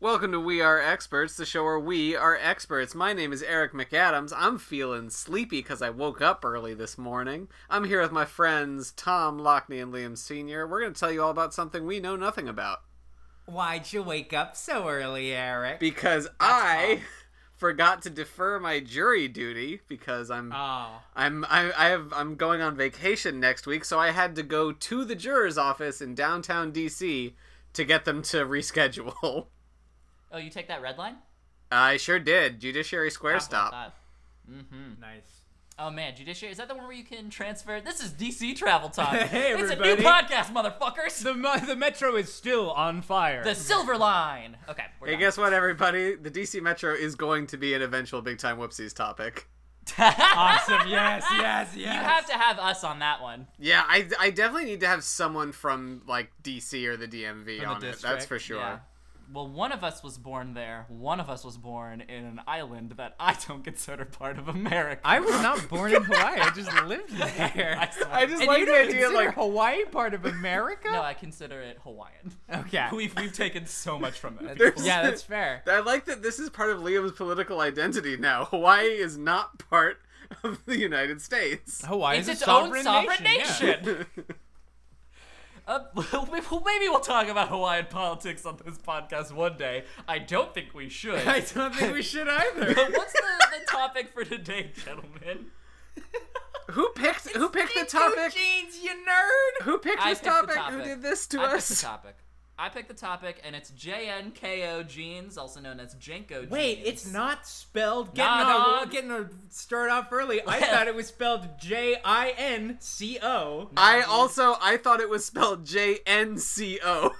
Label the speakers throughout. Speaker 1: Welcome to We Are Experts, the show where we are experts. My name is Eric McAdams. I'm feeling sleepy because I woke up early this morning. I'm here with my friends Tom Lockney and Liam Sr. We're going to tell you all about something we know nothing about
Speaker 2: Why'd you wake up so early, Eric?
Speaker 1: because I forgot to defer my jury duty because I'm
Speaker 3: Uh.
Speaker 2: oh,
Speaker 1: I'm I, I have I'm going on vacation next week, so I had to go to the juror's office in downtown DC to get them to reschedule.
Speaker 3: Oh, you take that red line?
Speaker 1: I sure did. Judiciary Square stop.
Speaker 3: Mm-hmm.
Speaker 2: nice.
Speaker 3: Oh man, judiciary is that the one where you can transfer? This is DC travel time.
Speaker 2: Hey,
Speaker 3: it's a
Speaker 2: everybody.
Speaker 3: new podcast, motherfuckers. The,
Speaker 2: The mo- the metro is still on fire.
Speaker 3: Silver Line. Okay, we're
Speaker 1: Hey,
Speaker 3: done.
Speaker 1: guess what, everybody? The DC Metro is going to be an eventual big time whoopsies topic.
Speaker 2: awesome. Yes, yes, yes.
Speaker 3: You have to have us on that one.
Speaker 1: Yeah, I, I definitely need to have someone from like DC or the DMV
Speaker 2: From the
Speaker 1: on it. That's
Speaker 2: district,
Speaker 1: for sure.
Speaker 3: Yeah. Well, one of us was born there. One of us was born in an island that I don't consider part of America.
Speaker 2: I was not born in Hawaii. I just lived there.
Speaker 3: I swear.
Speaker 1: I just
Speaker 2: And
Speaker 1: like
Speaker 2: you
Speaker 1: the
Speaker 2: don't
Speaker 1: idea,
Speaker 2: consider
Speaker 1: like
Speaker 2: Hawaii part of America.
Speaker 3: no, I consider it Hawaiian.
Speaker 2: okay.
Speaker 3: We've we've taken so much from that.
Speaker 1: There's-
Speaker 3: people.
Speaker 2: yeah, that's fair.
Speaker 1: I like that this is part of Liam's political identity now. Hawaii is not part of the United States.
Speaker 2: Hawaii
Speaker 3: It's
Speaker 2: is
Speaker 3: its
Speaker 2: a
Speaker 3: own
Speaker 2: sovereign
Speaker 3: sovereign
Speaker 2: nation. yeah.
Speaker 3: nation. Uh, maybe we'll talk about Hawaiian politics on this podcast one day. I don't think we should.
Speaker 2: I don't think we should either.
Speaker 3: but what's the, the topic for today, gentlemen?
Speaker 1: Who picked who picked the topic?
Speaker 2: Jeans, you nerd.
Speaker 1: Who picked
Speaker 3: I
Speaker 1: this
Speaker 3: picked the
Speaker 1: topic? Who
Speaker 3: topic.
Speaker 1: did this to
Speaker 3: I picked the
Speaker 1: us?
Speaker 3: topic. I picked the topic, and it's JNKO jeans, also known as Jenko jeans.
Speaker 2: Wait, it's not spelled. Getting
Speaker 3: Nah,
Speaker 2: a,
Speaker 3: dog.
Speaker 2: getting a start off early. I thought it was spelled J I N C O.
Speaker 1: I also I thought it was spelled J N C O.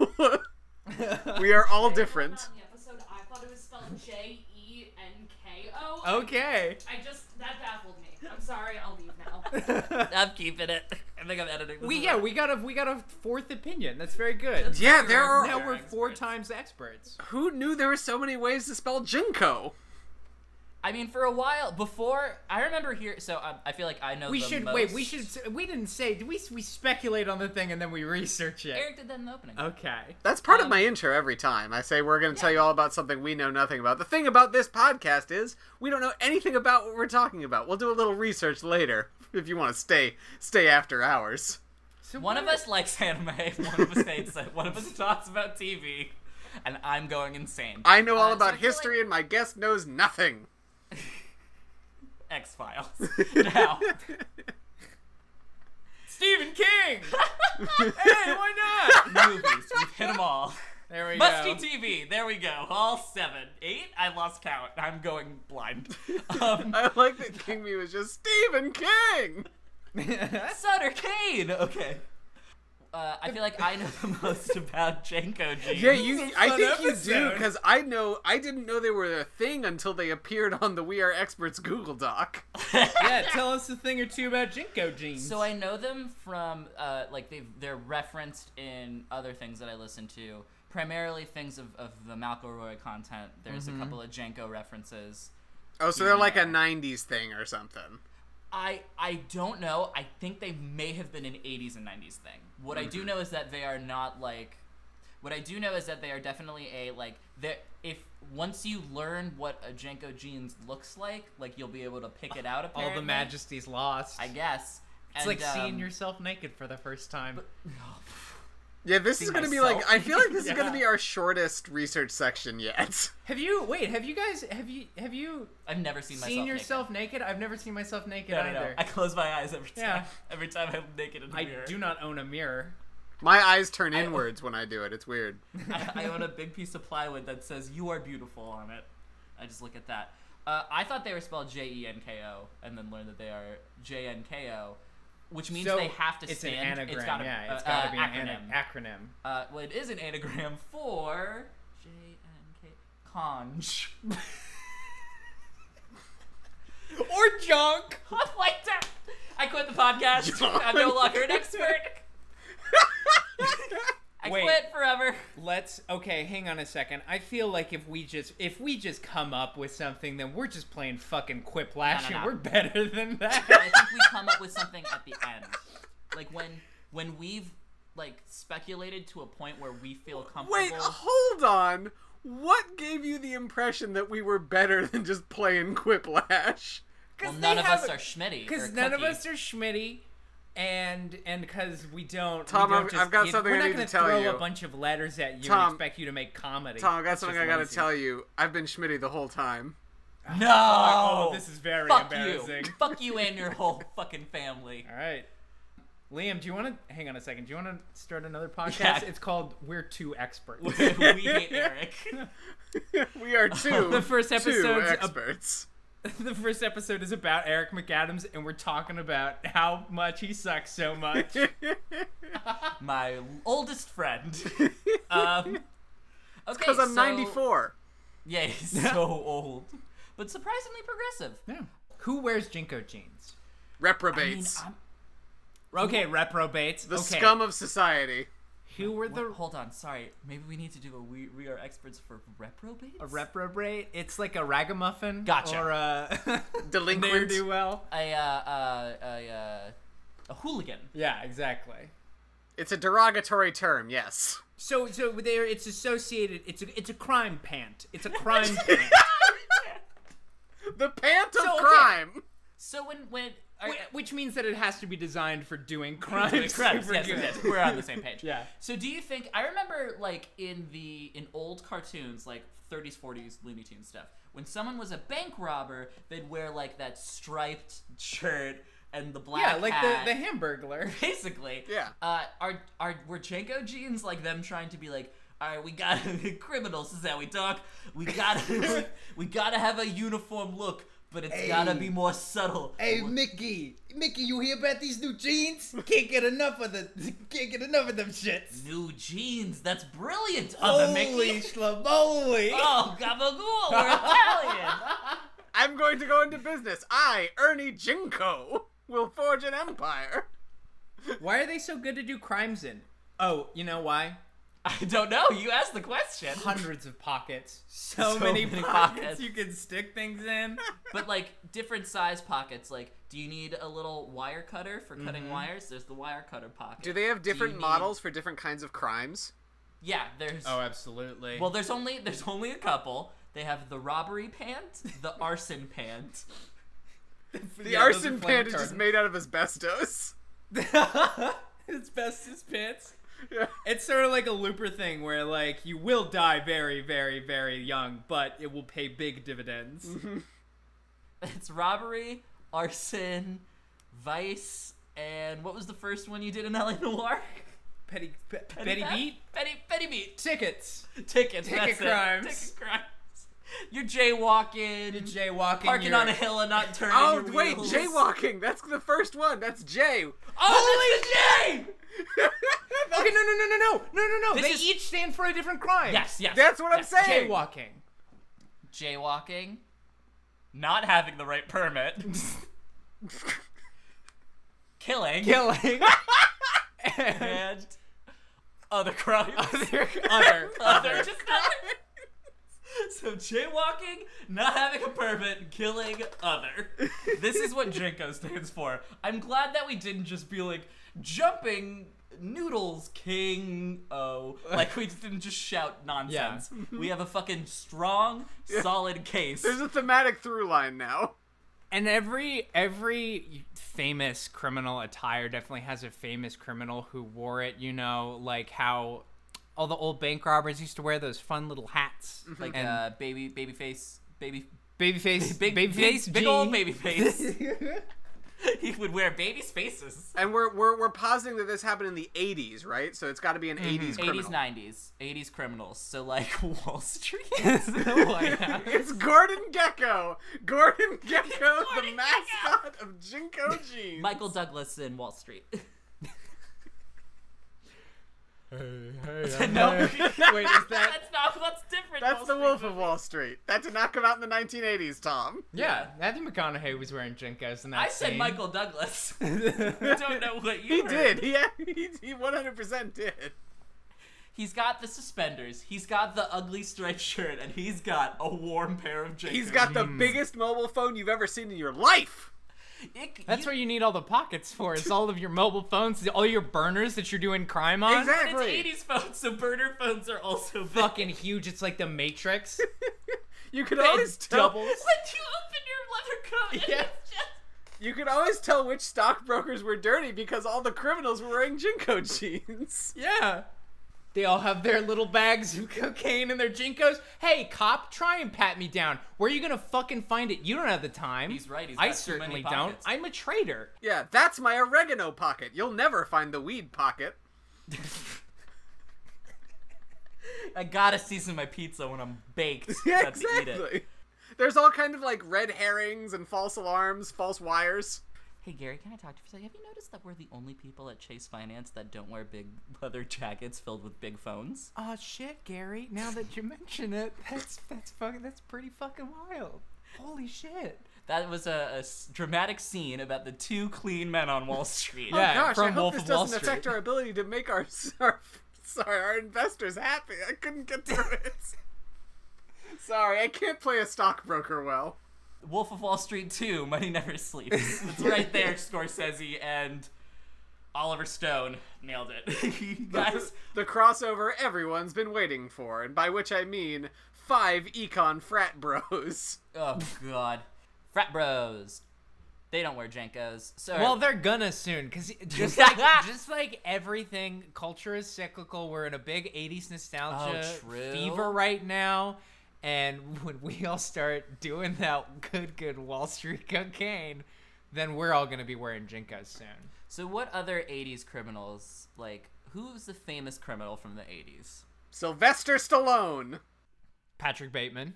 Speaker 1: We are all different.
Speaker 4: On the episode, I thought it was spelled J E N K O.
Speaker 3: Oh.
Speaker 2: Okay.
Speaker 4: I just that baffled me. I'm sorry. I'll leave now.
Speaker 3: I'm keeping it. I think I'm editing. This
Speaker 2: We
Speaker 3: out.
Speaker 2: yeah, we got a we got a fourth opinion. That's very good.
Speaker 1: Yeah, there are.
Speaker 2: Now we're four
Speaker 3: experts.
Speaker 2: times experts.
Speaker 1: Who knew there were so many ways to spell Jinko?
Speaker 3: I mean, for a while before, I remember here. So um, I feel like I know.
Speaker 2: We
Speaker 3: the
Speaker 2: should wait. We
Speaker 3: most.
Speaker 2: should. s- We didn't say. Did we? s- We speculate on the thing and then we research it.
Speaker 3: Eric did that in the opening.
Speaker 2: Oh. Okay.
Speaker 1: That's part of
Speaker 3: Um,
Speaker 1: my intro every time. I say we're going to tell you all about something we know nothing about. The thing about this podcast is we don't know anything about what we're talking about. We'll do a little research later if you want to stay stay after hours.
Speaker 2: So
Speaker 3: One of
Speaker 2: what-
Speaker 3: us likes anime, one of us hates it, one of us talks about TV, and I'm going insane.
Speaker 1: I know all
Speaker 3: Uh, so I
Speaker 1: about
Speaker 3: feel
Speaker 1: history
Speaker 3: like-
Speaker 1: and my guest knows nothing.
Speaker 3: X Files. now,
Speaker 2: Stephen King. hey, why not?
Speaker 3: movies. We've hit them all.
Speaker 2: There we
Speaker 3: Musty
Speaker 2: go.
Speaker 3: TV. There we go. All seven. Eight? I lost count. I'm going blind. Um,
Speaker 1: I like that King Me was just Stephen King.
Speaker 3: Sutter Kane! Okay. Uh, I feel like I know the most about Janko Jeans.
Speaker 1: Yeah, you. I
Speaker 2: fun
Speaker 1: think you do
Speaker 2: episode.
Speaker 1: because I know I didn't know they were a thing until they appeared on the We Are Experts Google Doc.
Speaker 2: yeah, tell us a thing or two about Jinko jeans.
Speaker 3: So I know them from uh, like they they're referenced in other things that I listen to, primarily things of, of the McElroy content. There's
Speaker 2: Mm-hmm.
Speaker 3: a couple of Janko references.
Speaker 1: Oh, so they're like a '90s thing or something.
Speaker 3: I I don't know. I think they may have been an 80s and 90s thing. What I do know is that they are not like what I do know is that they are definitely a like they if once you learn what a Janko jeans looks like, like you'll be able to pick it out
Speaker 2: all
Speaker 3: apparently.
Speaker 2: the majesty's lost.
Speaker 3: I guess. And,
Speaker 2: It's like seeing
Speaker 3: um,
Speaker 2: yourself naked for the first time.
Speaker 1: Yeah, this is
Speaker 3: See
Speaker 1: gonna be
Speaker 3: myself.
Speaker 1: like. I feel like this is gonna
Speaker 2: Yeah.
Speaker 1: be our shortest research section yet.
Speaker 2: Have you wait? Have you guys? Have you? Have you
Speaker 3: I've never seen myself
Speaker 2: seen
Speaker 3: naked.
Speaker 2: yourself naked? I've never seen myself naked
Speaker 3: No, no,
Speaker 2: either.
Speaker 3: no. I close my eyes every time.
Speaker 2: Yeah.
Speaker 3: Every time I'm naked in the
Speaker 2: I
Speaker 3: mirror.
Speaker 2: do not own a mirror.
Speaker 1: My eyes turn inwards when I do it. It's weird.
Speaker 3: I, I own a big piece of plywood that says "You are beautiful" on it. I just look at that. Uh, I thought they were spelled J E N K O, and then learned that they are J N K O, which means
Speaker 2: So,
Speaker 3: they have to
Speaker 2: it's
Speaker 3: stand.
Speaker 2: an anagram.
Speaker 3: It's gotta,
Speaker 2: yeah, it's
Speaker 3: uh,
Speaker 2: got to
Speaker 3: uh,
Speaker 2: be
Speaker 3: acronym.
Speaker 2: an ana- acronym.
Speaker 3: uh, well, it is an anagram for J N K conj.
Speaker 2: Or junk.
Speaker 3: I'm like that. I quit the podcast. I'm no longer an expert. I
Speaker 2: Wait.
Speaker 3: quit forever.
Speaker 2: Let's okay, hang on a second. I feel like if we just if we just come up with something, then we're just playing fucking quiplash
Speaker 3: No, no,
Speaker 2: and
Speaker 3: no.
Speaker 2: we're better than
Speaker 3: I
Speaker 2: that.
Speaker 3: think we come up with something at the end. Like when
Speaker 2: oh,
Speaker 3: when we've like speculated to a point where we feel comfortable.
Speaker 1: Wait, hold on. What gave you the impression that we were better than just playing Quiplash?
Speaker 3: Well,
Speaker 2: 'Cause
Speaker 3: none
Speaker 2: they
Speaker 3: of us
Speaker 2: have-
Speaker 3: are Schmitty.
Speaker 2: because
Speaker 3: or
Speaker 2: none of
Speaker 3: Cookie.
Speaker 2: us are Schmitty, and and because we don't.
Speaker 1: Tom,
Speaker 2: we don't
Speaker 1: I've-
Speaker 2: just,
Speaker 1: I've got
Speaker 2: you-
Speaker 1: something
Speaker 2: we're
Speaker 1: I
Speaker 2: not
Speaker 1: need
Speaker 2: gonna
Speaker 1: to tell
Speaker 2: throw
Speaker 1: you.
Speaker 2: a bunch of letters at you
Speaker 1: Tom-
Speaker 2: and expect you to make comedy.
Speaker 1: Tom, I got something I gotta
Speaker 2: you.
Speaker 1: tell you. I've been Schmitty the whole time.
Speaker 3: No.
Speaker 2: Oh, this is very
Speaker 3: Fuck
Speaker 2: embarrassing.
Speaker 3: you. Fuck you and your whole fucking family.
Speaker 2: All right. Liam, do you want to hang on a second? Do you want to start another podcast?
Speaker 3: Yeah.
Speaker 2: It's called We're Two Experts.
Speaker 3: we hate Eric.
Speaker 1: we are two.
Speaker 2: The first
Speaker 1: two
Speaker 2: episode's a-
Speaker 1: experts.
Speaker 2: the first episode is about Eric McAdams, and we're talking about how much he sucks so much.
Speaker 3: My oldest friend. Um, okay,
Speaker 1: Because I'm
Speaker 3: so-
Speaker 1: 94.
Speaker 3: Yeah, he's so old, but surprisingly progressive.
Speaker 2: yeah. Who wears Jinko
Speaker 3: I
Speaker 2: jeans?
Speaker 3: mean,
Speaker 1: Reprobates.
Speaker 3: I'm-
Speaker 2: Okay, reprobates.
Speaker 1: the
Speaker 2: okay.
Speaker 1: scum of society.
Speaker 2: Who were the
Speaker 3: Wait, hold on, sorry. Maybe we need to do a we, we are experts for reprobates.
Speaker 2: a reprobate? It's like a ragamuffin.
Speaker 3: Gotcha.
Speaker 2: Or a
Speaker 1: Delinquent.
Speaker 2: ne'er do well.
Speaker 3: a uh, uh, a uh, a hooligan.
Speaker 2: Yeah, exactly.
Speaker 1: It's a derogatory term, yes.
Speaker 2: So, so there, it's associated. It's a, it's a crime pant. It's a crime pant.
Speaker 1: The pant of
Speaker 2: So, okay.
Speaker 1: crime.
Speaker 3: So when when are,
Speaker 2: Wh- which means that it has to be designed for doing crimes.
Speaker 3: doing crimes,
Speaker 2: super
Speaker 3: yes,
Speaker 2: good.
Speaker 3: yes, yes, we're on the same page.
Speaker 2: Yeah.
Speaker 3: So do you think I remember like in the in old cartoons like 30s 40s Looney Tunes stuff when someone was a bank robber they'd wear like that striped shirt and the black
Speaker 2: Yeah, like
Speaker 3: hat.
Speaker 2: the, the Hamburglar.
Speaker 3: basically.
Speaker 1: Yeah.
Speaker 3: Uh, are are were Jenko jeans like them trying to be like, all right, we got to criminals is how we talk. We got to we got to have a uniform look, but it's got to
Speaker 2: Hey.
Speaker 3: be more subtle. Oh, We're-
Speaker 2: Mickey, Mickey, you hear about these new jeans? Can't get enough of the, can't get enough of them shits.
Speaker 3: new jeans. That's brilliant, other Mickey.
Speaker 2: schlamoli!
Speaker 3: Oh, gabagool, we're Italian.
Speaker 1: I'm going to go into business. I, Ernie Jinko, will forge an empire.
Speaker 2: Why are they so good to do crimes in? Oh, you know why?
Speaker 3: I don't know. You asked the question.
Speaker 2: Hundreds of pockets. So,
Speaker 3: So
Speaker 2: many,
Speaker 3: many
Speaker 2: pockets,
Speaker 3: pockets.
Speaker 2: you can stick things in.
Speaker 3: But like different size pockets. Like, do you need a little wire cutter for cutting wires? There's the wire cutter pocket.
Speaker 1: Mm-hmm. Do they have different
Speaker 3: need-
Speaker 1: models for different kinds of crimes?
Speaker 3: Yeah, there's.
Speaker 2: oh, absolutely.
Speaker 3: Well, there's only there's only a couple. They have the robbery pant, the arson pant.
Speaker 1: The
Speaker 2: Yeah, those are
Speaker 1: arson
Speaker 2: flame
Speaker 1: pant is just
Speaker 2: retardant.
Speaker 1: made out of asbestos.
Speaker 2: it's best as pants.
Speaker 1: Yeah.
Speaker 2: It's sort of like a looper thing where like you will die very, very, very young, but it will pay big dividends.
Speaker 3: It's robbery, arson, vice, and what was the first one you did in LA Noir?
Speaker 2: Petty, pe- Betty
Speaker 3: Theft?
Speaker 2: Beat
Speaker 3: Petty Petty beat.
Speaker 2: tickets.
Speaker 3: Tickets.
Speaker 2: Ticket
Speaker 3: that's
Speaker 2: crimes.
Speaker 3: It. Ticket crimes. You're jaywalking.
Speaker 2: You're jaywalking.
Speaker 3: parking
Speaker 2: you're-
Speaker 3: on a hill and not turning.
Speaker 1: Oh,
Speaker 3: your
Speaker 1: wait,
Speaker 3: wheels.
Speaker 1: jaywalking. That's the first one. That's Jay.
Speaker 3: Oh, that's a J.
Speaker 2: Okay, no, no, no, no, no, no, no, no.
Speaker 3: This
Speaker 2: They
Speaker 3: is-
Speaker 2: each stand for a different crime.
Speaker 3: Yes, yes.
Speaker 1: That's what I'm
Speaker 3: yes.
Speaker 1: saying.
Speaker 2: Jaywalking.
Speaker 3: Jaywalking. Not having the right permit. Killing.
Speaker 2: Killing. and
Speaker 3: and other crimes. Other,
Speaker 2: other.
Speaker 3: just other. So jaywalking, not having a permit, killing other. This is what Jenko stands for. I'm glad that we didn't just be like jumping noodles king oh like we didn't just shout nonsense. We have a fucking strong, solid case.
Speaker 1: There's a thematic through line now.
Speaker 2: And every every famous criminal attire definitely has a famous criminal who wore it. You know, like how all the old bank robbers used to wear those fun little hats,
Speaker 3: like
Speaker 2: and
Speaker 3: uh, baby baby face baby
Speaker 2: babyface,
Speaker 3: big
Speaker 2: babyface,
Speaker 3: big, big
Speaker 2: G.
Speaker 3: old baby face. he would wear baby's faces.
Speaker 1: And we're we're we're positing that this happened in the 80s, right? So it's got to be an
Speaker 2: Mm-hmm.
Speaker 1: 80s criminal.
Speaker 3: 80s, 90s, 80s criminals. So like Wall Street. is the White House.
Speaker 1: It's Gordon Gecko. Gordon Gecko, the
Speaker 3: Gordon
Speaker 1: mascot of Jinko Jeans.
Speaker 3: Michael Douglas in Wall Street.
Speaker 2: no, wait, is that?
Speaker 4: That's not what's different.
Speaker 1: That's the
Speaker 4: Wilson.
Speaker 1: Wolf of Wall Street. That did not come out in the 1980s, Tom.
Speaker 2: Yeah, Matthew McConaughey was wearing jinkos in that
Speaker 3: I said
Speaker 2: scene.
Speaker 3: Michael Douglas. I don't know what you
Speaker 1: He
Speaker 3: heard.
Speaker 1: did. He, he he 100% did.
Speaker 3: He's got the suspenders. He's got the ugly striped shirt, and he's got a warm pair of jeans.
Speaker 1: He's got the biggest mobile phone you've ever seen in your life.
Speaker 3: It,
Speaker 2: That's what you need all the pockets for. It's all of your mobile phones, all your burners that you're doing crime on.
Speaker 1: Exactly.
Speaker 3: It's 80s phones, so burner phones are also big.
Speaker 2: Fucking huge. It's like the Matrix.
Speaker 1: You could
Speaker 2: It
Speaker 1: always tell.
Speaker 2: doubles.
Speaker 3: When you open your leather coat, and
Speaker 1: Yeah.
Speaker 3: it's just
Speaker 1: You could always tell which stockbrokers were dirty because all the criminals were wearing Jinko jeans.
Speaker 2: Yeah. They all have their little bags of cocaine and their jinkos. Hey, cop, try and pat me down. Where are you gonna fucking find it? You don't have the time.
Speaker 3: He's right, he's
Speaker 2: I
Speaker 3: got too many
Speaker 2: certainly don't.
Speaker 3: pockets.
Speaker 2: I'm a traitor.
Speaker 1: Yeah, that's my oregano pocket. You'll never find the weed pocket.
Speaker 3: I gotta season my pizza when I'm baked.
Speaker 1: Yeah,
Speaker 3: Got to eat it.
Speaker 1: exactly. There's all kind of like red herrings and false alarms, false wires.
Speaker 3: Hey Gary, can I talk to you for a second? Have you noticed that we're the only people at Chase Finance that don't wear big leather jackets filled with big phones?
Speaker 2: Oh shit, Gary. Now that you mention it, that's that's fucking that's pretty fucking wild. Holy shit.
Speaker 3: That was a, a s- dramatic scene about the two clean men on Wall Street.
Speaker 2: Yeah.
Speaker 1: oh gosh, I
Speaker 2: from
Speaker 1: hope
Speaker 2: Wolf
Speaker 1: this
Speaker 2: of Wall
Speaker 1: doesn't affect
Speaker 2: Street.
Speaker 1: our ability to make our, our sorry our investors happy. I couldn't get through it. sorry, I can't play a stockbroker well.
Speaker 3: Wolf of Wall Street 2, Money Never Sleeps. It's right there, Scorsese and Oliver Stone. Nailed it. you guys,
Speaker 1: the crossover everyone's been waiting for, and by which I mean five econ frat bros.
Speaker 3: oh god. Frat bros. They don't wear Jenkos. So
Speaker 2: Well, they're gonna soon, cause just like just like everything, culture is cyclical. We're in a big '80s nostalgia
Speaker 3: Oh, true.
Speaker 2: fever right now, and when we all start doing that good, good Wall Street cocaine, then we're all gonna be wearing jinkos soon.
Speaker 3: so what other 80s criminals, like, who's the famous criminal from the 80s?
Speaker 1: Sylvester Stallone.
Speaker 2: Patrick Bateman.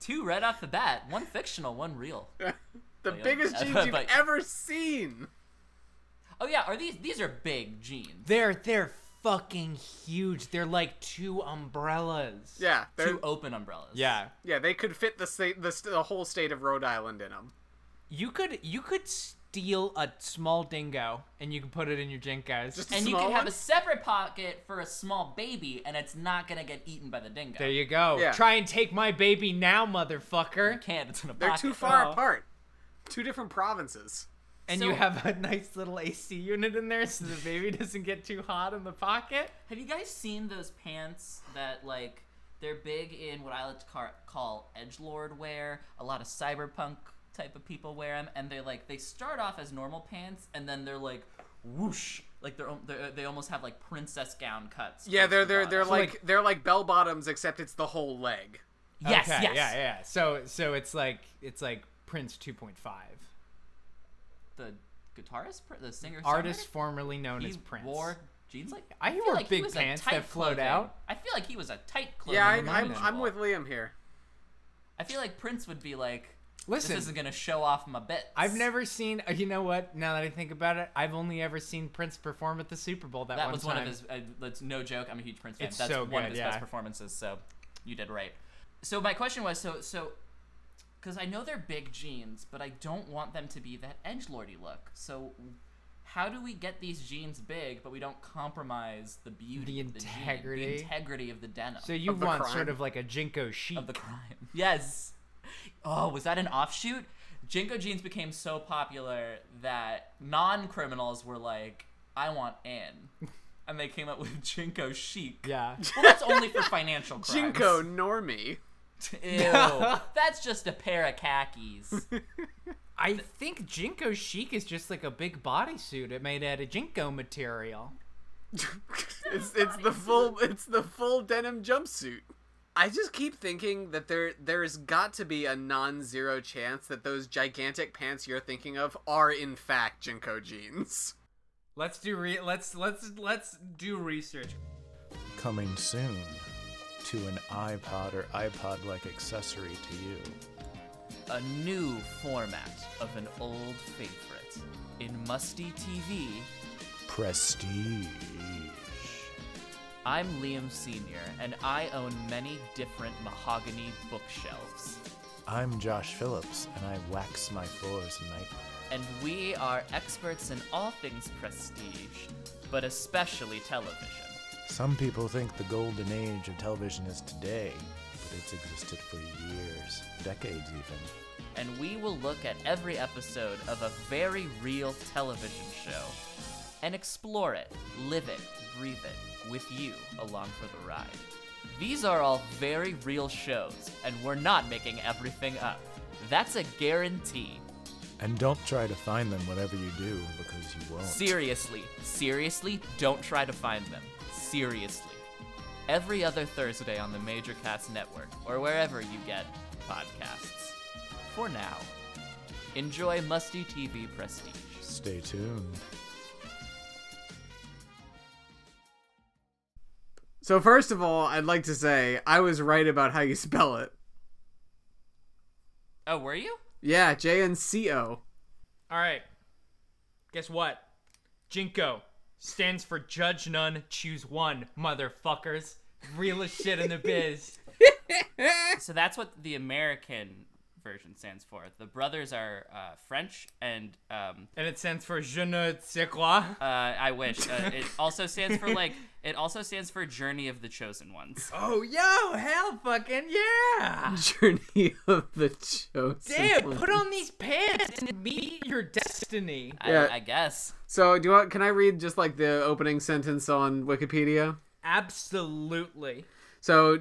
Speaker 3: Two right off the bat. One fictional, one real.
Speaker 2: Oh,
Speaker 1: The
Speaker 3: yeah.
Speaker 1: biggest jeans you've
Speaker 3: But-
Speaker 1: ever seen.
Speaker 3: Oh yeah, are these these are big jeans.
Speaker 2: They're they're fucking huge. They're like two umbrellas.
Speaker 1: Yeah, they're-
Speaker 3: Two open umbrellas.
Speaker 2: Yeah.
Speaker 1: yeah, they could fit the state, the, st- the whole state of Rhode Island in them.
Speaker 2: You could you could steal a small dingo and you could put it in your jinkos.
Speaker 1: Just-
Speaker 3: And you
Speaker 1: Small
Speaker 3: can have
Speaker 1: one?
Speaker 3: a separate pocket for a small baby, and it's not gonna get eaten by the dingo.
Speaker 2: There you go.
Speaker 1: Yeah.
Speaker 2: Try and take my baby now, motherfucker.
Speaker 3: can't. It's in a
Speaker 1: They're
Speaker 3: pocket.
Speaker 1: too far
Speaker 2: Oh.
Speaker 1: apart. Two different provinces.
Speaker 2: And
Speaker 3: So-
Speaker 2: you have a nice little AC unit in there so the baby doesn't get too hot in the pocket.
Speaker 3: Have you guys seen those pants that like they're big in what I like to car- call edge lord wear? A lot of cyberpunk type of people wear them, and they like they start off as normal pants, and then they're like whoosh, like they're, al- they're they almost have like princess gown cuts.
Speaker 1: Yeah,
Speaker 3: towards
Speaker 1: they're
Speaker 3: the
Speaker 1: they're they're
Speaker 3: bottom.
Speaker 1: like
Speaker 2: like-
Speaker 1: they're like bell bottoms, except it's the whole leg.
Speaker 3: yes,
Speaker 2: Okay,
Speaker 3: yes,
Speaker 2: Yeah, yeah. So so it's like it's like Prince 2.5.
Speaker 3: the guitarist, pr- the singer,
Speaker 2: Artist
Speaker 3: songwriter?
Speaker 2: formerly known
Speaker 3: he
Speaker 2: as Prince.
Speaker 3: wore jeans like
Speaker 2: I
Speaker 3: feel
Speaker 2: wore
Speaker 3: like he
Speaker 2: big
Speaker 3: was a
Speaker 2: pants
Speaker 3: tight
Speaker 2: that flowed
Speaker 3: clothing-
Speaker 2: out.
Speaker 3: I feel like he was a tight clothing.
Speaker 1: Yeah, I,
Speaker 2: never
Speaker 1: I'm
Speaker 2: mind
Speaker 1: I'm
Speaker 3: individual.
Speaker 1: with Liam here.
Speaker 3: I feel like Prince would be like, this
Speaker 2: Listen,
Speaker 3: isn't gonna show off my bits.
Speaker 2: I've never seen. uh, You know what? Now that I think about it, I've only ever seen Prince perform at the Super Bowl. That,
Speaker 3: That was one
Speaker 2: time.
Speaker 3: of his. Uh, that's no joke. I'm a huge Prince fan.
Speaker 2: It's
Speaker 3: that's
Speaker 2: so
Speaker 3: one of
Speaker 2: good,
Speaker 3: his
Speaker 2: yeah.
Speaker 3: best performances. So, you did right. So my question was, so so, because I know they're big jeans, but I don't want them to be that edge lordy look. So, how do we get these jeans big, but we don't compromise the beauty,
Speaker 2: The
Speaker 3: of jean,
Speaker 2: integrity.
Speaker 3: the integrity of the denim?
Speaker 2: So you
Speaker 1: of the
Speaker 2: want
Speaker 1: crime.
Speaker 2: sort of like a Jinko chic.
Speaker 3: of the crime. Yes. Oh, was that an offshoot? Jinko jeans became so popular that non criminals were like, I want in. And they came up with Jinko chic.
Speaker 2: yeah.
Speaker 3: Well, that's only for financial crimes.
Speaker 1: Jinko Normie.
Speaker 3: Ew. that's just a pair of khakis.
Speaker 2: I think Jinko chic is just like a big bodysuit it made out of Jinko material.
Speaker 1: it's it's the full it's the full denim jumpsuit. I just keep thinking that there there's got to be a non-zero chance that those gigantic pants you're thinking of are in fact Jinko jeans.
Speaker 2: Let's do re- let's let's let's do research.
Speaker 5: coming soon to an iPod or iPod like accessory to you.
Speaker 3: a new format of an old favorite in Musty TV.
Speaker 5: Prestige.
Speaker 3: I'm Liam Sr., and I own many different mahogany bookshelves.
Speaker 5: I'm Josh Phillips, and I wax my floors at night.
Speaker 3: And we are experts in all things prestige, but especially television.
Speaker 5: Some people think the golden age of television is today, It's existed for years, decades even.
Speaker 3: and we will look at every episode of a very real television show and explore it, live it, breathe it with you along for the ride. These are all very real shows, and we're not making everything up. That's a guarantee.
Speaker 5: And don't try to find them, whatever you do, because you won't.
Speaker 3: Seriously, seriously, don't try to find them. Seriously. Every other Thursday on the Major Cast Network or wherever you get podcasts. For now, enjoy Musty TV Prestige.
Speaker 5: Stay tuned.
Speaker 1: So first of all, I'd like to say I was right about how you spell it.
Speaker 3: Oh, were you?
Speaker 1: Yeah, J N C O.
Speaker 2: All right. Guess what? Jinko stands for Judge None, Choose One, motherfuckers. Realest shit in the biz.
Speaker 3: So that's what the American version stands for. The brothers are uh, French, and um,
Speaker 2: And it stands for Je ne sais quoi.
Speaker 3: uh, I wish uh, it also stands for like it also stands for Journey of the Chosen Ones.
Speaker 2: Oh, yo, hell fucking yeah.
Speaker 1: Journey of the Chosen.
Speaker 2: Damn,
Speaker 1: One.
Speaker 2: put on these pants and meet your destiny.
Speaker 1: Yeah.
Speaker 3: I, I guess.
Speaker 1: So do you want, can I read just like the opening sentence on Wikipedia?
Speaker 2: Absolutely.
Speaker 1: So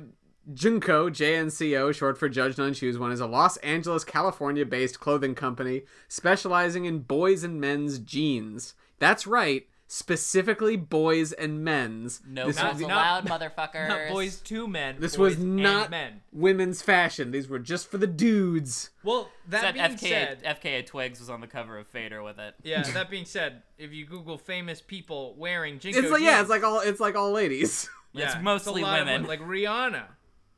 Speaker 1: Junco, JNCO, short for Judge None Shoes One, is a Los Angeles, California based clothing company specializing in boys and men's jeans. That's right, specifically boys and men's.
Speaker 3: No
Speaker 1: this
Speaker 3: girls
Speaker 1: was,
Speaker 3: allowed,
Speaker 2: not-
Speaker 3: motherfuckers.
Speaker 2: Not boys to men.
Speaker 1: this
Speaker 2: boys
Speaker 1: was not
Speaker 2: and men.
Speaker 1: women's fashion. These were just for the dudes.
Speaker 2: Well, that
Speaker 3: Except FKA,
Speaker 2: being said,
Speaker 3: FKA Twigs was on the cover of Fader with it.
Speaker 2: yeah. That being said, if you Google famous people wearing Jinko,
Speaker 1: It's like yeah,
Speaker 2: jeans,
Speaker 1: it's like all it's like all ladies.
Speaker 3: It's
Speaker 2: a
Speaker 3: mostly
Speaker 2: lot of
Speaker 3: women.
Speaker 2: like Rihanna.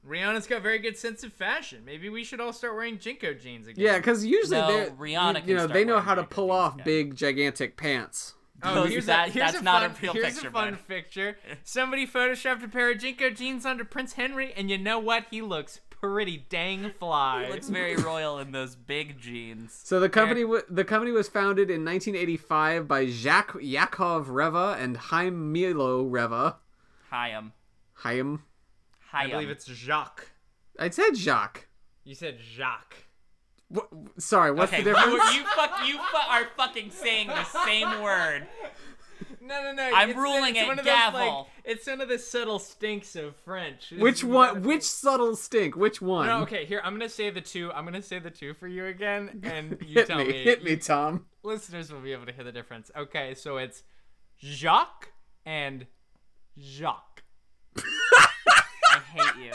Speaker 2: Rihanna's got very good sense of fashion. Maybe we should all start wearing Jinko jeans again.
Speaker 1: Yeah, because usually
Speaker 3: No,
Speaker 1: they're
Speaker 3: Rihanna
Speaker 1: you
Speaker 3: can
Speaker 1: know
Speaker 3: start
Speaker 1: they know
Speaker 3: wearing
Speaker 1: how to
Speaker 3: bigger
Speaker 1: pull
Speaker 3: jeans,
Speaker 1: off
Speaker 3: yeah.
Speaker 1: big gigantic pants.
Speaker 2: Oh,
Speaker 3: Those-
Speaker 2: here's
Speaker 3: that-
Speaker 2: a, here's
Speaker 3: that's
Speaker 2: a
Speaker 3: not a
Speaker 2: fun,
Speaker 3: real
Speaker 2: here's
Speaker 3: picture,
Speaker 2: a fun
Speaker 3: bud.
Speaker 2: picture. Somebody photoshopped a pair of Jinko jeans onto Prince Henry, and you know what? He looks pretty dang fly.
Speaker 3: Looks very royal in those big jeans.
Speaker 1: So the company wa the company was founded in 1985 by Jacques Yakov Reva and Haim Milo Reva.
Speaker 3: Hayam.
Speaker 1: Haim.
Speaker 3: Hayam.
Speaker 2: I believe it's Jacques.
Speaker 1: I said Jacques.
Speaker 2: You said Jacques.
Speaker 1: Wha- sorry, what's
Speaker 3: Okay,
Speaker 1: the
Speaker 3: you,
Speaker 1: difference?
Speaker 3: you fuck, you fu- are fucking saying the same word.
Speaker 2: No, no, no.
Speaker 3: I'm
Speaker 2: it's-
Speaker 3: ruling
Speaker 2: it's
Speaker 3: it,
Speaker 2: one of Those, like,
Speaker 3: gavel.
Speaker 2: it's one of the subtle stinks of French. It's
Speaker 1: which one?
Speaker 2: not-
Speaker 1: Which subtle stink? Which one?
Speaker 2: No, okay. Here, I'm gonna say the two. I'm gonna say the two for you again, and you
Speaker 1: Hit
Speaker 2: tell
Speaker 1: me,
Speaker 2: me.
Speaker 1: hit me,
Speaker 2: You-
Speaker 1: Tom.
Speaker 2: listeners will be able to hear the difference. Okay, so it's Jacques and Jacques.
Speaker 3: I hate you.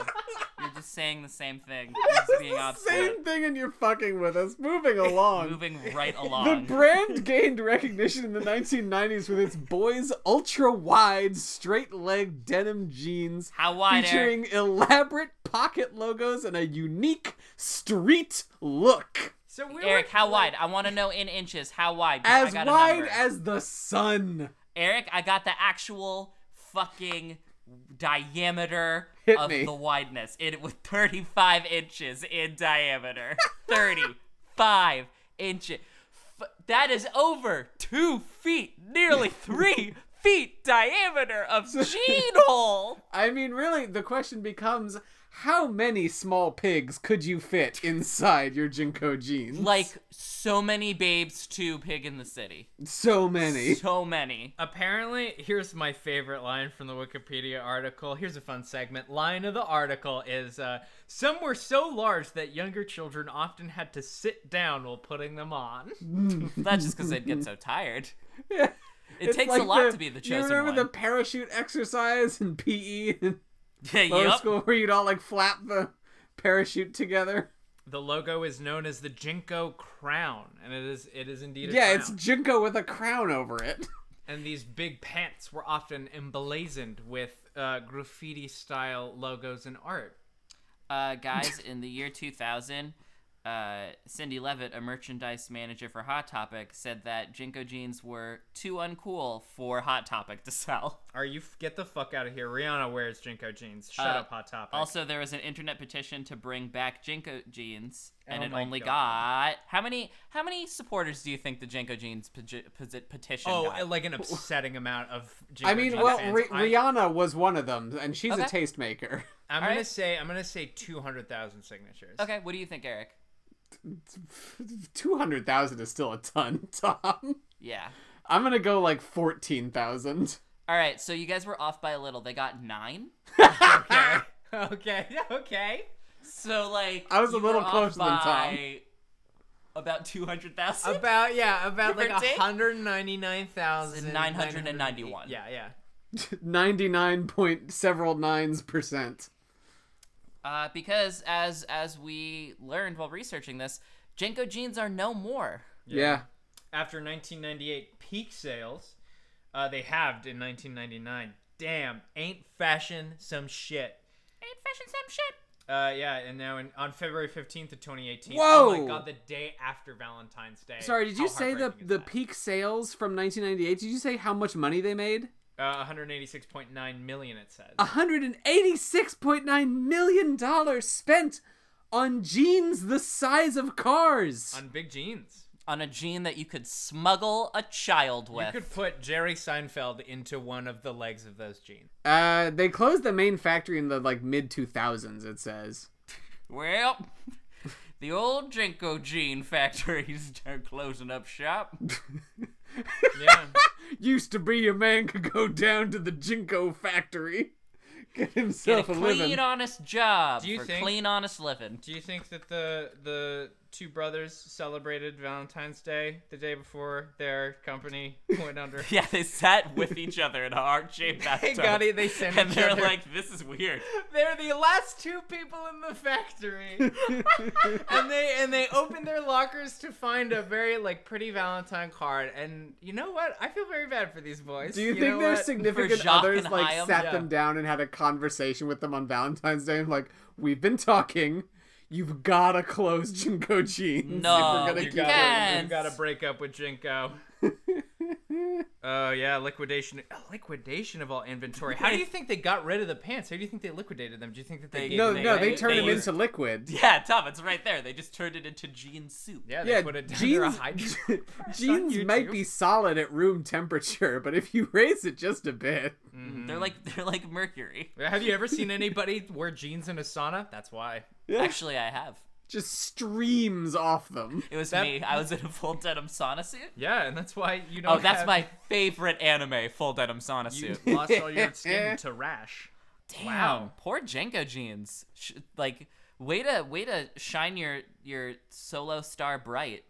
Speaker 3: You're just saying the same thing. You're just being obstinate.
Speaker 1: Same thing, and you're fucking with us. Moving along.
Speaker 3: Moving right
Speaker 1: The
Speaker 3: along.
Speaker 1: brand gained recognition in the 1990s with its boys' ultra wide, straight leg denim jeans.
Speaker 3: How wide, Eric?
Speaker 1: Featuring elaborate pocket logos and a unique street look.
Speaker 2: So we
Speaker 3: Eric,
Speaker 2: were,
Speaker 3: how
Speaker 2: like-
Speaker 3: wide? I want to know in inches. How wide? 'Cause I
Speaker 1: As
Speaker 3: got a
Speaker 1: wide
Speaker 3: number.
Speaker 1: as the sun.
Speaker 3: Eric, I got the actual fucking diameter
Speaker 1: Hit
Speaker 3: of
Speaker 1: me.
Speaker 3: the wideness. It was 35 inches in diameter. 35 inches. F- that is over two feet, nearly three feet diameter of gene hole.
Speaker 1: I mean, really, the question becomes how many small pigs could you fit inside your Jinko jeans?
Speaker 3: Like so many babes to Pig in the City.
Speaker 1: so many.
Speaker 3: So many.
Speaker 2: Apparently, here's my favorite line from the Wikipedia article. Here's a fun segment. Line of the article is uh, Some were so large that younger children often had to sit down while putting them on.
Speaker 3: That's just because I'd get so tired. It
Speaker 1: It's
Speaker 3: takes
Speaker 1: like
Speaker 3: a lot to be the chosen
Speaker 1: You remember
Speaker 3: one.
Speaker 1: the parachute exercise in E? PE in
Speaker 3: yeah,
Speaker 1: lower
Speaker 3: yup.
Speaker 1: school where you'd all like flap the parachute together?
Speaker 2: The logo is known as the Jinko Crown, and it is it is indeed a
Speaker 1: yeah,
Speaker 2: crown.
Speaker 1: it's Jinko with a crown over it.
Speaker 2: and these big pants were often emblazoned with uh, graffiti style logos and art.
Speaker 3: Uh, guys, in the year 2000, uh, Cindy Levitt, a merchandise manager for Hot Topic, said that Jinko jeans were too uncool for Hot Topic to sell.
Speaker 2: Are you get the fuck out of here? Rihanna wears Jinko jeans. Shut
Speaker 3: Uh,
Speaker 2: up, Hot Topic.
Speaker 3: Also, there was an internet petition to bring back Jinko jeans, and
Speaker 2: Oh
Speaker 3: it
Speaker 2: my
Speaker 3: only got how many? How many supporters do you think the Jinko jeans peti- peti- petition?
Speaker 2: oh,
Speaker 3: got?
Speaker 2: like an upsetting amount of. Jinko
Speaker 1: I mean,
Speaker 2: jeans
Speaker 1: well,
Speaker 2: fans.
Speaker 1: Ri-
Speaker 2: I-
Speaker 1: Rihanna was one of them, and she's a
Speaker 3: Okay.
Speaker 1: tastemaker.
Speaker 2: I'm
Speaker 3: All
Speaker 2: gonna
Speaker 3: right.
Speaker 2: say I'm gonna say two hundred thousand signatures.
Speaker 3: okay. What do you think, Eric?
Speaker 1: Two hundred thousand is still a ton, Tom.
Speaker 3: Yeah.
Speaker 1: I'm gonna go like fourteen thousand.
Speaker 3: All right. So you guys were off by a little. They got nine.
Speaker 2: Okay.
Speaker 1: Ah!
Speaker 2: okay. Okay.
Speaker 3: So like,
Speaker 1: I was a
Speaker 3: you were
Speaker 1: little
Speaker 3: off
Speaker 1: closer than Tom.
Speaker 3: by
Speaker 4: About 200,000?
Speaker 2: About yeah, about like
Speaker 3: Give or take?
Speaker 2: hundred ninety nine thousand
Speaker 3: Nine hundred and ninety-one.
Speaker 2: Yeah, yeah.
Speaker 1: Ninety nine point several nines percent.
Speaker 3: uh, because as as we learned while researching this, Jinko jeans are no more.
Speaker 1: yeah.
Speaker 2: After 1998 peak sales, uh, they halved in 1999. Damn, ain't fashion some shit?
Speaker 3: Ain't fashion some shit.
Speaker 2: Uh, yeah, and now in, on February 15th of 2018. Oh
Speaker 1: Whoa!
Speaker 2: my god, the day after Valentine's Day.
Speaker 1: Sorry, did you
Speaker 2: How
Speaker 1: say the
Speaker 2: heartbreaking is
Speaker 1: the
Speaker 2: that?
Speaker 1: peak sales from 1998? Did you say how much money they made?
Speaker 2: Uh, 186.9 million, it says.
Speaker 1: Ah. 186.9 million dollars spent on jeans the size of cars.
Speaker 2: on big jeans.
Speaker 3: On a jean that you could smuggle a child with.
Speaker 2: You could put Jerry Seinfeld into one of the legs of those jeans.
Speaker 1: Uh, they closed the main factory in the like mid 2000s. It says.
Speaker 3: Well, the old Jinko Jean factories are closing up shop.
Speaker 2: Yeah.
Speaker 1: Used to be a man could go down to the Jinko factory, get
Speaker 3: Get a
Speaker 1: himself a,
Speaker 3: clean,
Speaker 1: living.
Speaker 3: honest job
Speaker 2: Do you
Speaker 3: for
Speaker 2: think-
Speaker 3: clean, honest living.
Speaker 2: Do you think that the the two brothers celebrated Valentine's Day the day before their company went under?
Speaker 3: Yeah, they sat with each other in a heart-shaped
Speaker 2: Hey,
Speaker 3: bathtub.
Speaker 2: Gotti, they sent
Speaker 3: and
Speaker 2: each
Speaker 3: they're
Speaker 2: other-
Speaker 3: like, "This is weird."
Speaker 2: They're the last two people in the factory, and they and they open their lockers to find a very like pretty Valentine card. And you know what? I feel very bad for these boys.
Speaker 1: Do you,
Speaker 2: know
Speaker 1: think their
Speaker 2: what?
Speaker 1: significant
Speaker 3: Jacques
Speaker 1: others
Speaker 3: and
Speaker 1: like
Speaker 3: Chaim?
Speaker 1: sat
Speaker 2: Yeah.
Speaker 1: them down and had a conversation with them on Valentine's Day? And like, we've been talking. You've gotta close Jinko jeans.
Speaker 3: No,
Speaker 1: if we're gonna
Speaker 3: you
Speaker 2: You
Speaker 1: keep doing
Speaker 3: gotta-
Speaker 2: gotta,
Speaker 3: Yes.
Speaker 2: you gotta break up with Jinko. Oh yeah, liquidation, liquidation of all inventory. How do you think they got rid of the pants? How do you think they liquidated them? Do you think that they,
Speaker 3: They-
Speaker 2: gave
Speaker 1: No,
Speaker 2: them
Speaker 1: no,
Speaker 2: away?
Speaker 1: they turn
Speaker 3: they-
Speaker 1: them into liquid.
Speaker 3: Yeah, Tom, it's right there. They just turned it into jean soup.
Speaker 2: Yeah, they
Speaker 1: Yeah,
Speaker 2: put it down jeans, a
Speaker 1: jeans,
Speaker 2: hydro.
Speaker 1: jeans might be solid at room temperature, but if you raise it just a bit,
Speaker 2: Mm-hmm.
Speaker 3: They're like they're like mercury.
Speaker 2: Have you ever seen anybody wear jeans in a sauna? That's why.
Speaker 3: Actually, I have.
Speaker 1: just streams off them.
Speaker 3: It was
Speaker 2: That-
Speaker 3: me. I was in a full denim sauna suit.
Speaker 2: Yeah, and that's why you
Speaker 3: Oh,
Speaker 2: don't.
Speaker 3: that's
Speaker 2: have-
Speaker 3: my favorite anime, full denim sauna
Speaker 2: You
Speaker 3: suit.
Speaker 2: lost all your skin to rash.
Speaker 3: Damn,
Speaker 2: Wow.
Speaker 3: poor Jenko jeans. Sh- like, way to way to shine your your solo star bright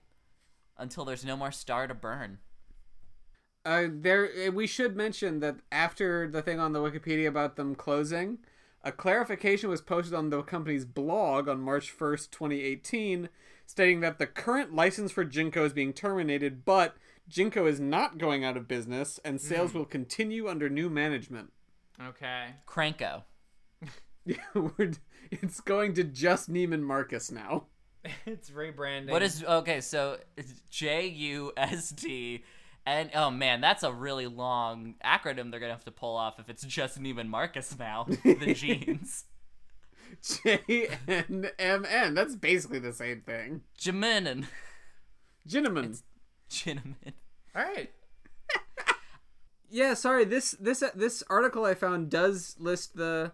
Speaker 3: until there's no more star to burn.
Speaker 1: Uh, there, uh, we should mention that after the thing on the Wikipedia about them closing, a clarification was posted on the company's blog on March first, twenty eighteen, stating that the current license for Jinko is being terminated, but Jinko is not going out of business, and sales will continue under new management.
Speaker 2: Okay.
Speaker 3: Cranko.
Speaker 1: We're, it's going to just Neiman Marcus now.
Speaker 2: It's rebranding.
Speaker 3: What is okay? So J U S D, and oh man, that's a really long acronym they're gonna have to pull off if it's just Neiman Marcus now. The jeans.
Speaker 1: J N M N. That's basically the same thing.
Speaker 3: Jimin and
Speaker 1: Gentlemen.
Speaker 3: Jimin.
Speaker 2: All right.
Speaker 1: Yeah, sorry. This this uh, this article I found does list the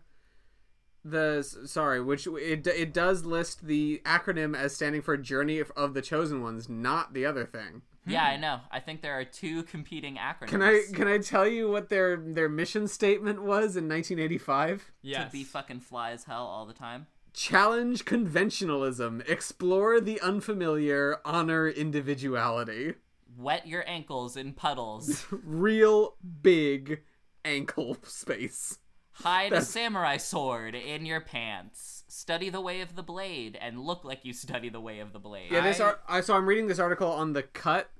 Speaker 1: the sorry, which it it does list the acronym as standing for Journey of, of the Chosen Ones, not the other thing.
Speaker 3: Yeah,
Speaker 2: Hmm.
Speaker 3: I know. I think there are two competing acronyms.
Speaker 1: Can I can I tell you what their their mission statement was in 1985?
Speaker 2: Yes.
Speaker 3: to be fucking fly as hell all the time.
Speaker 1: Challenge conventionalism, explore the unfamiliar, honor individuality.
Speaker 3: Wet your ankles in puddles.
Speaker 1: real big ankle space.
Speaker 3: Hide a samurai sword in your pants. Study the way of the blade and look like you study the way of the blade.
Speaker 1: Yeah, this
Speaker 2: I-
Speaker 1: ar- I so I'm reading this article on the cut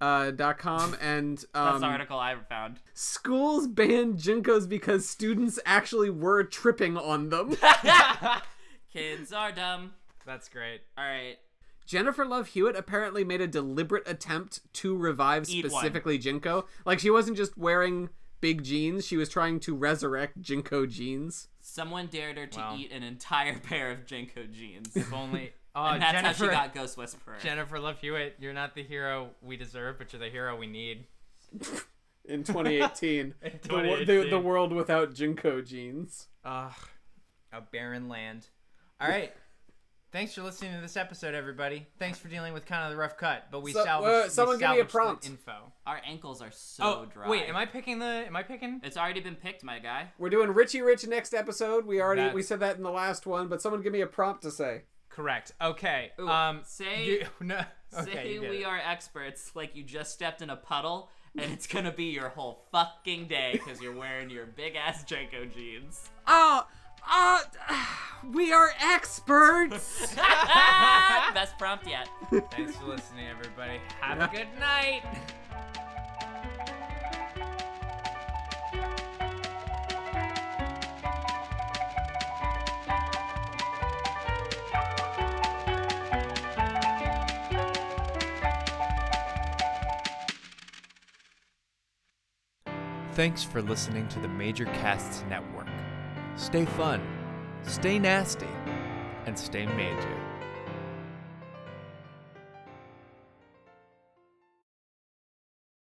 Speaker 1: uh, dot com and
Speaker 3: That's
Speaker 1: um,
Speaker 3: the article I found.
Speaker 1: schools banned jinkos because students actually were tripping on them.
Speaker 3: Kids are dumb.
Speaker 2: That's great.
Speaker 3: All right.
Speaker 1: Jennifer Love Hewitt apparently made a deliberate attempt to revive
Speaker 3: Eat one.
Speaker 1: specifically Jinko. Like she wasn't just wearing Big Jeans. She was trying to resurrect Jinko Jeans.
Speaker 3: Someone dared her to
Speaker 2: Wow.
Speaker 3: eat an entire pair of Jenko jeans.
Speaker 2: If only. Oh,
Speaker 3: and that's
Speaker 2: Jennifer,
Speaker 3: how she got Ghost Whisperer.
Speaker 2: Jennifer Love Hewitt, you're not the hero we deserve, but you're the hero we need.
Speaker 1: in 2018. The wo- The,
Speaker 2: 2018.
Speaker 1: the world without Jinko jeans.
Speaker 2: Ugh, a barren land. All right. Thanks for listening to this episode, everybody. Thanks for dealing with kind of the rough cut, but we
Speaker 1: So-
Speaker 2: salvaged.
Speaker 1: uh,
Speaker 2: we
Speaker 1: someone give me a
Speaker 2: salvaged the
Speaker 1: prompt.
Speaker 2: info.
Speaker 3: Our ankles are so
Speaker 2: oh,
Speaker 3: dry.
Speaker 2: wait, am I picking the? Am I picking?
Speaker 3: It's already been picked, my guy.
Speaker 1: We're doing Richie Rich next episode. We already we
Speaker 2: That's-
Speaker 1: said that in the last one, but someone give me a prompt to say.
Speaker 2: Correct. Okay.
Speaker 3: Ooh,
Speaker 2: um.
Speaker 3: say-
Speaker 2: you- no. Okay.
Speaker 3: Say
Speaker 2: you get
Speaker 3: we
Speaker 2: it.
Speaker 3: are experts, like you just stepped in a puddle, and it's gonna be your whole fucking day because you're wearing your big ass Jenko jeans.
Speaker 1: Oh, uh, we are experts.
Speaker 3: Ah, Best prompt yet.
Speaker 2: Thanks for listening, everybody. Have a good night. Thanks for listening to the Major Casts Network. Stay fun, stay nasty, and stay major.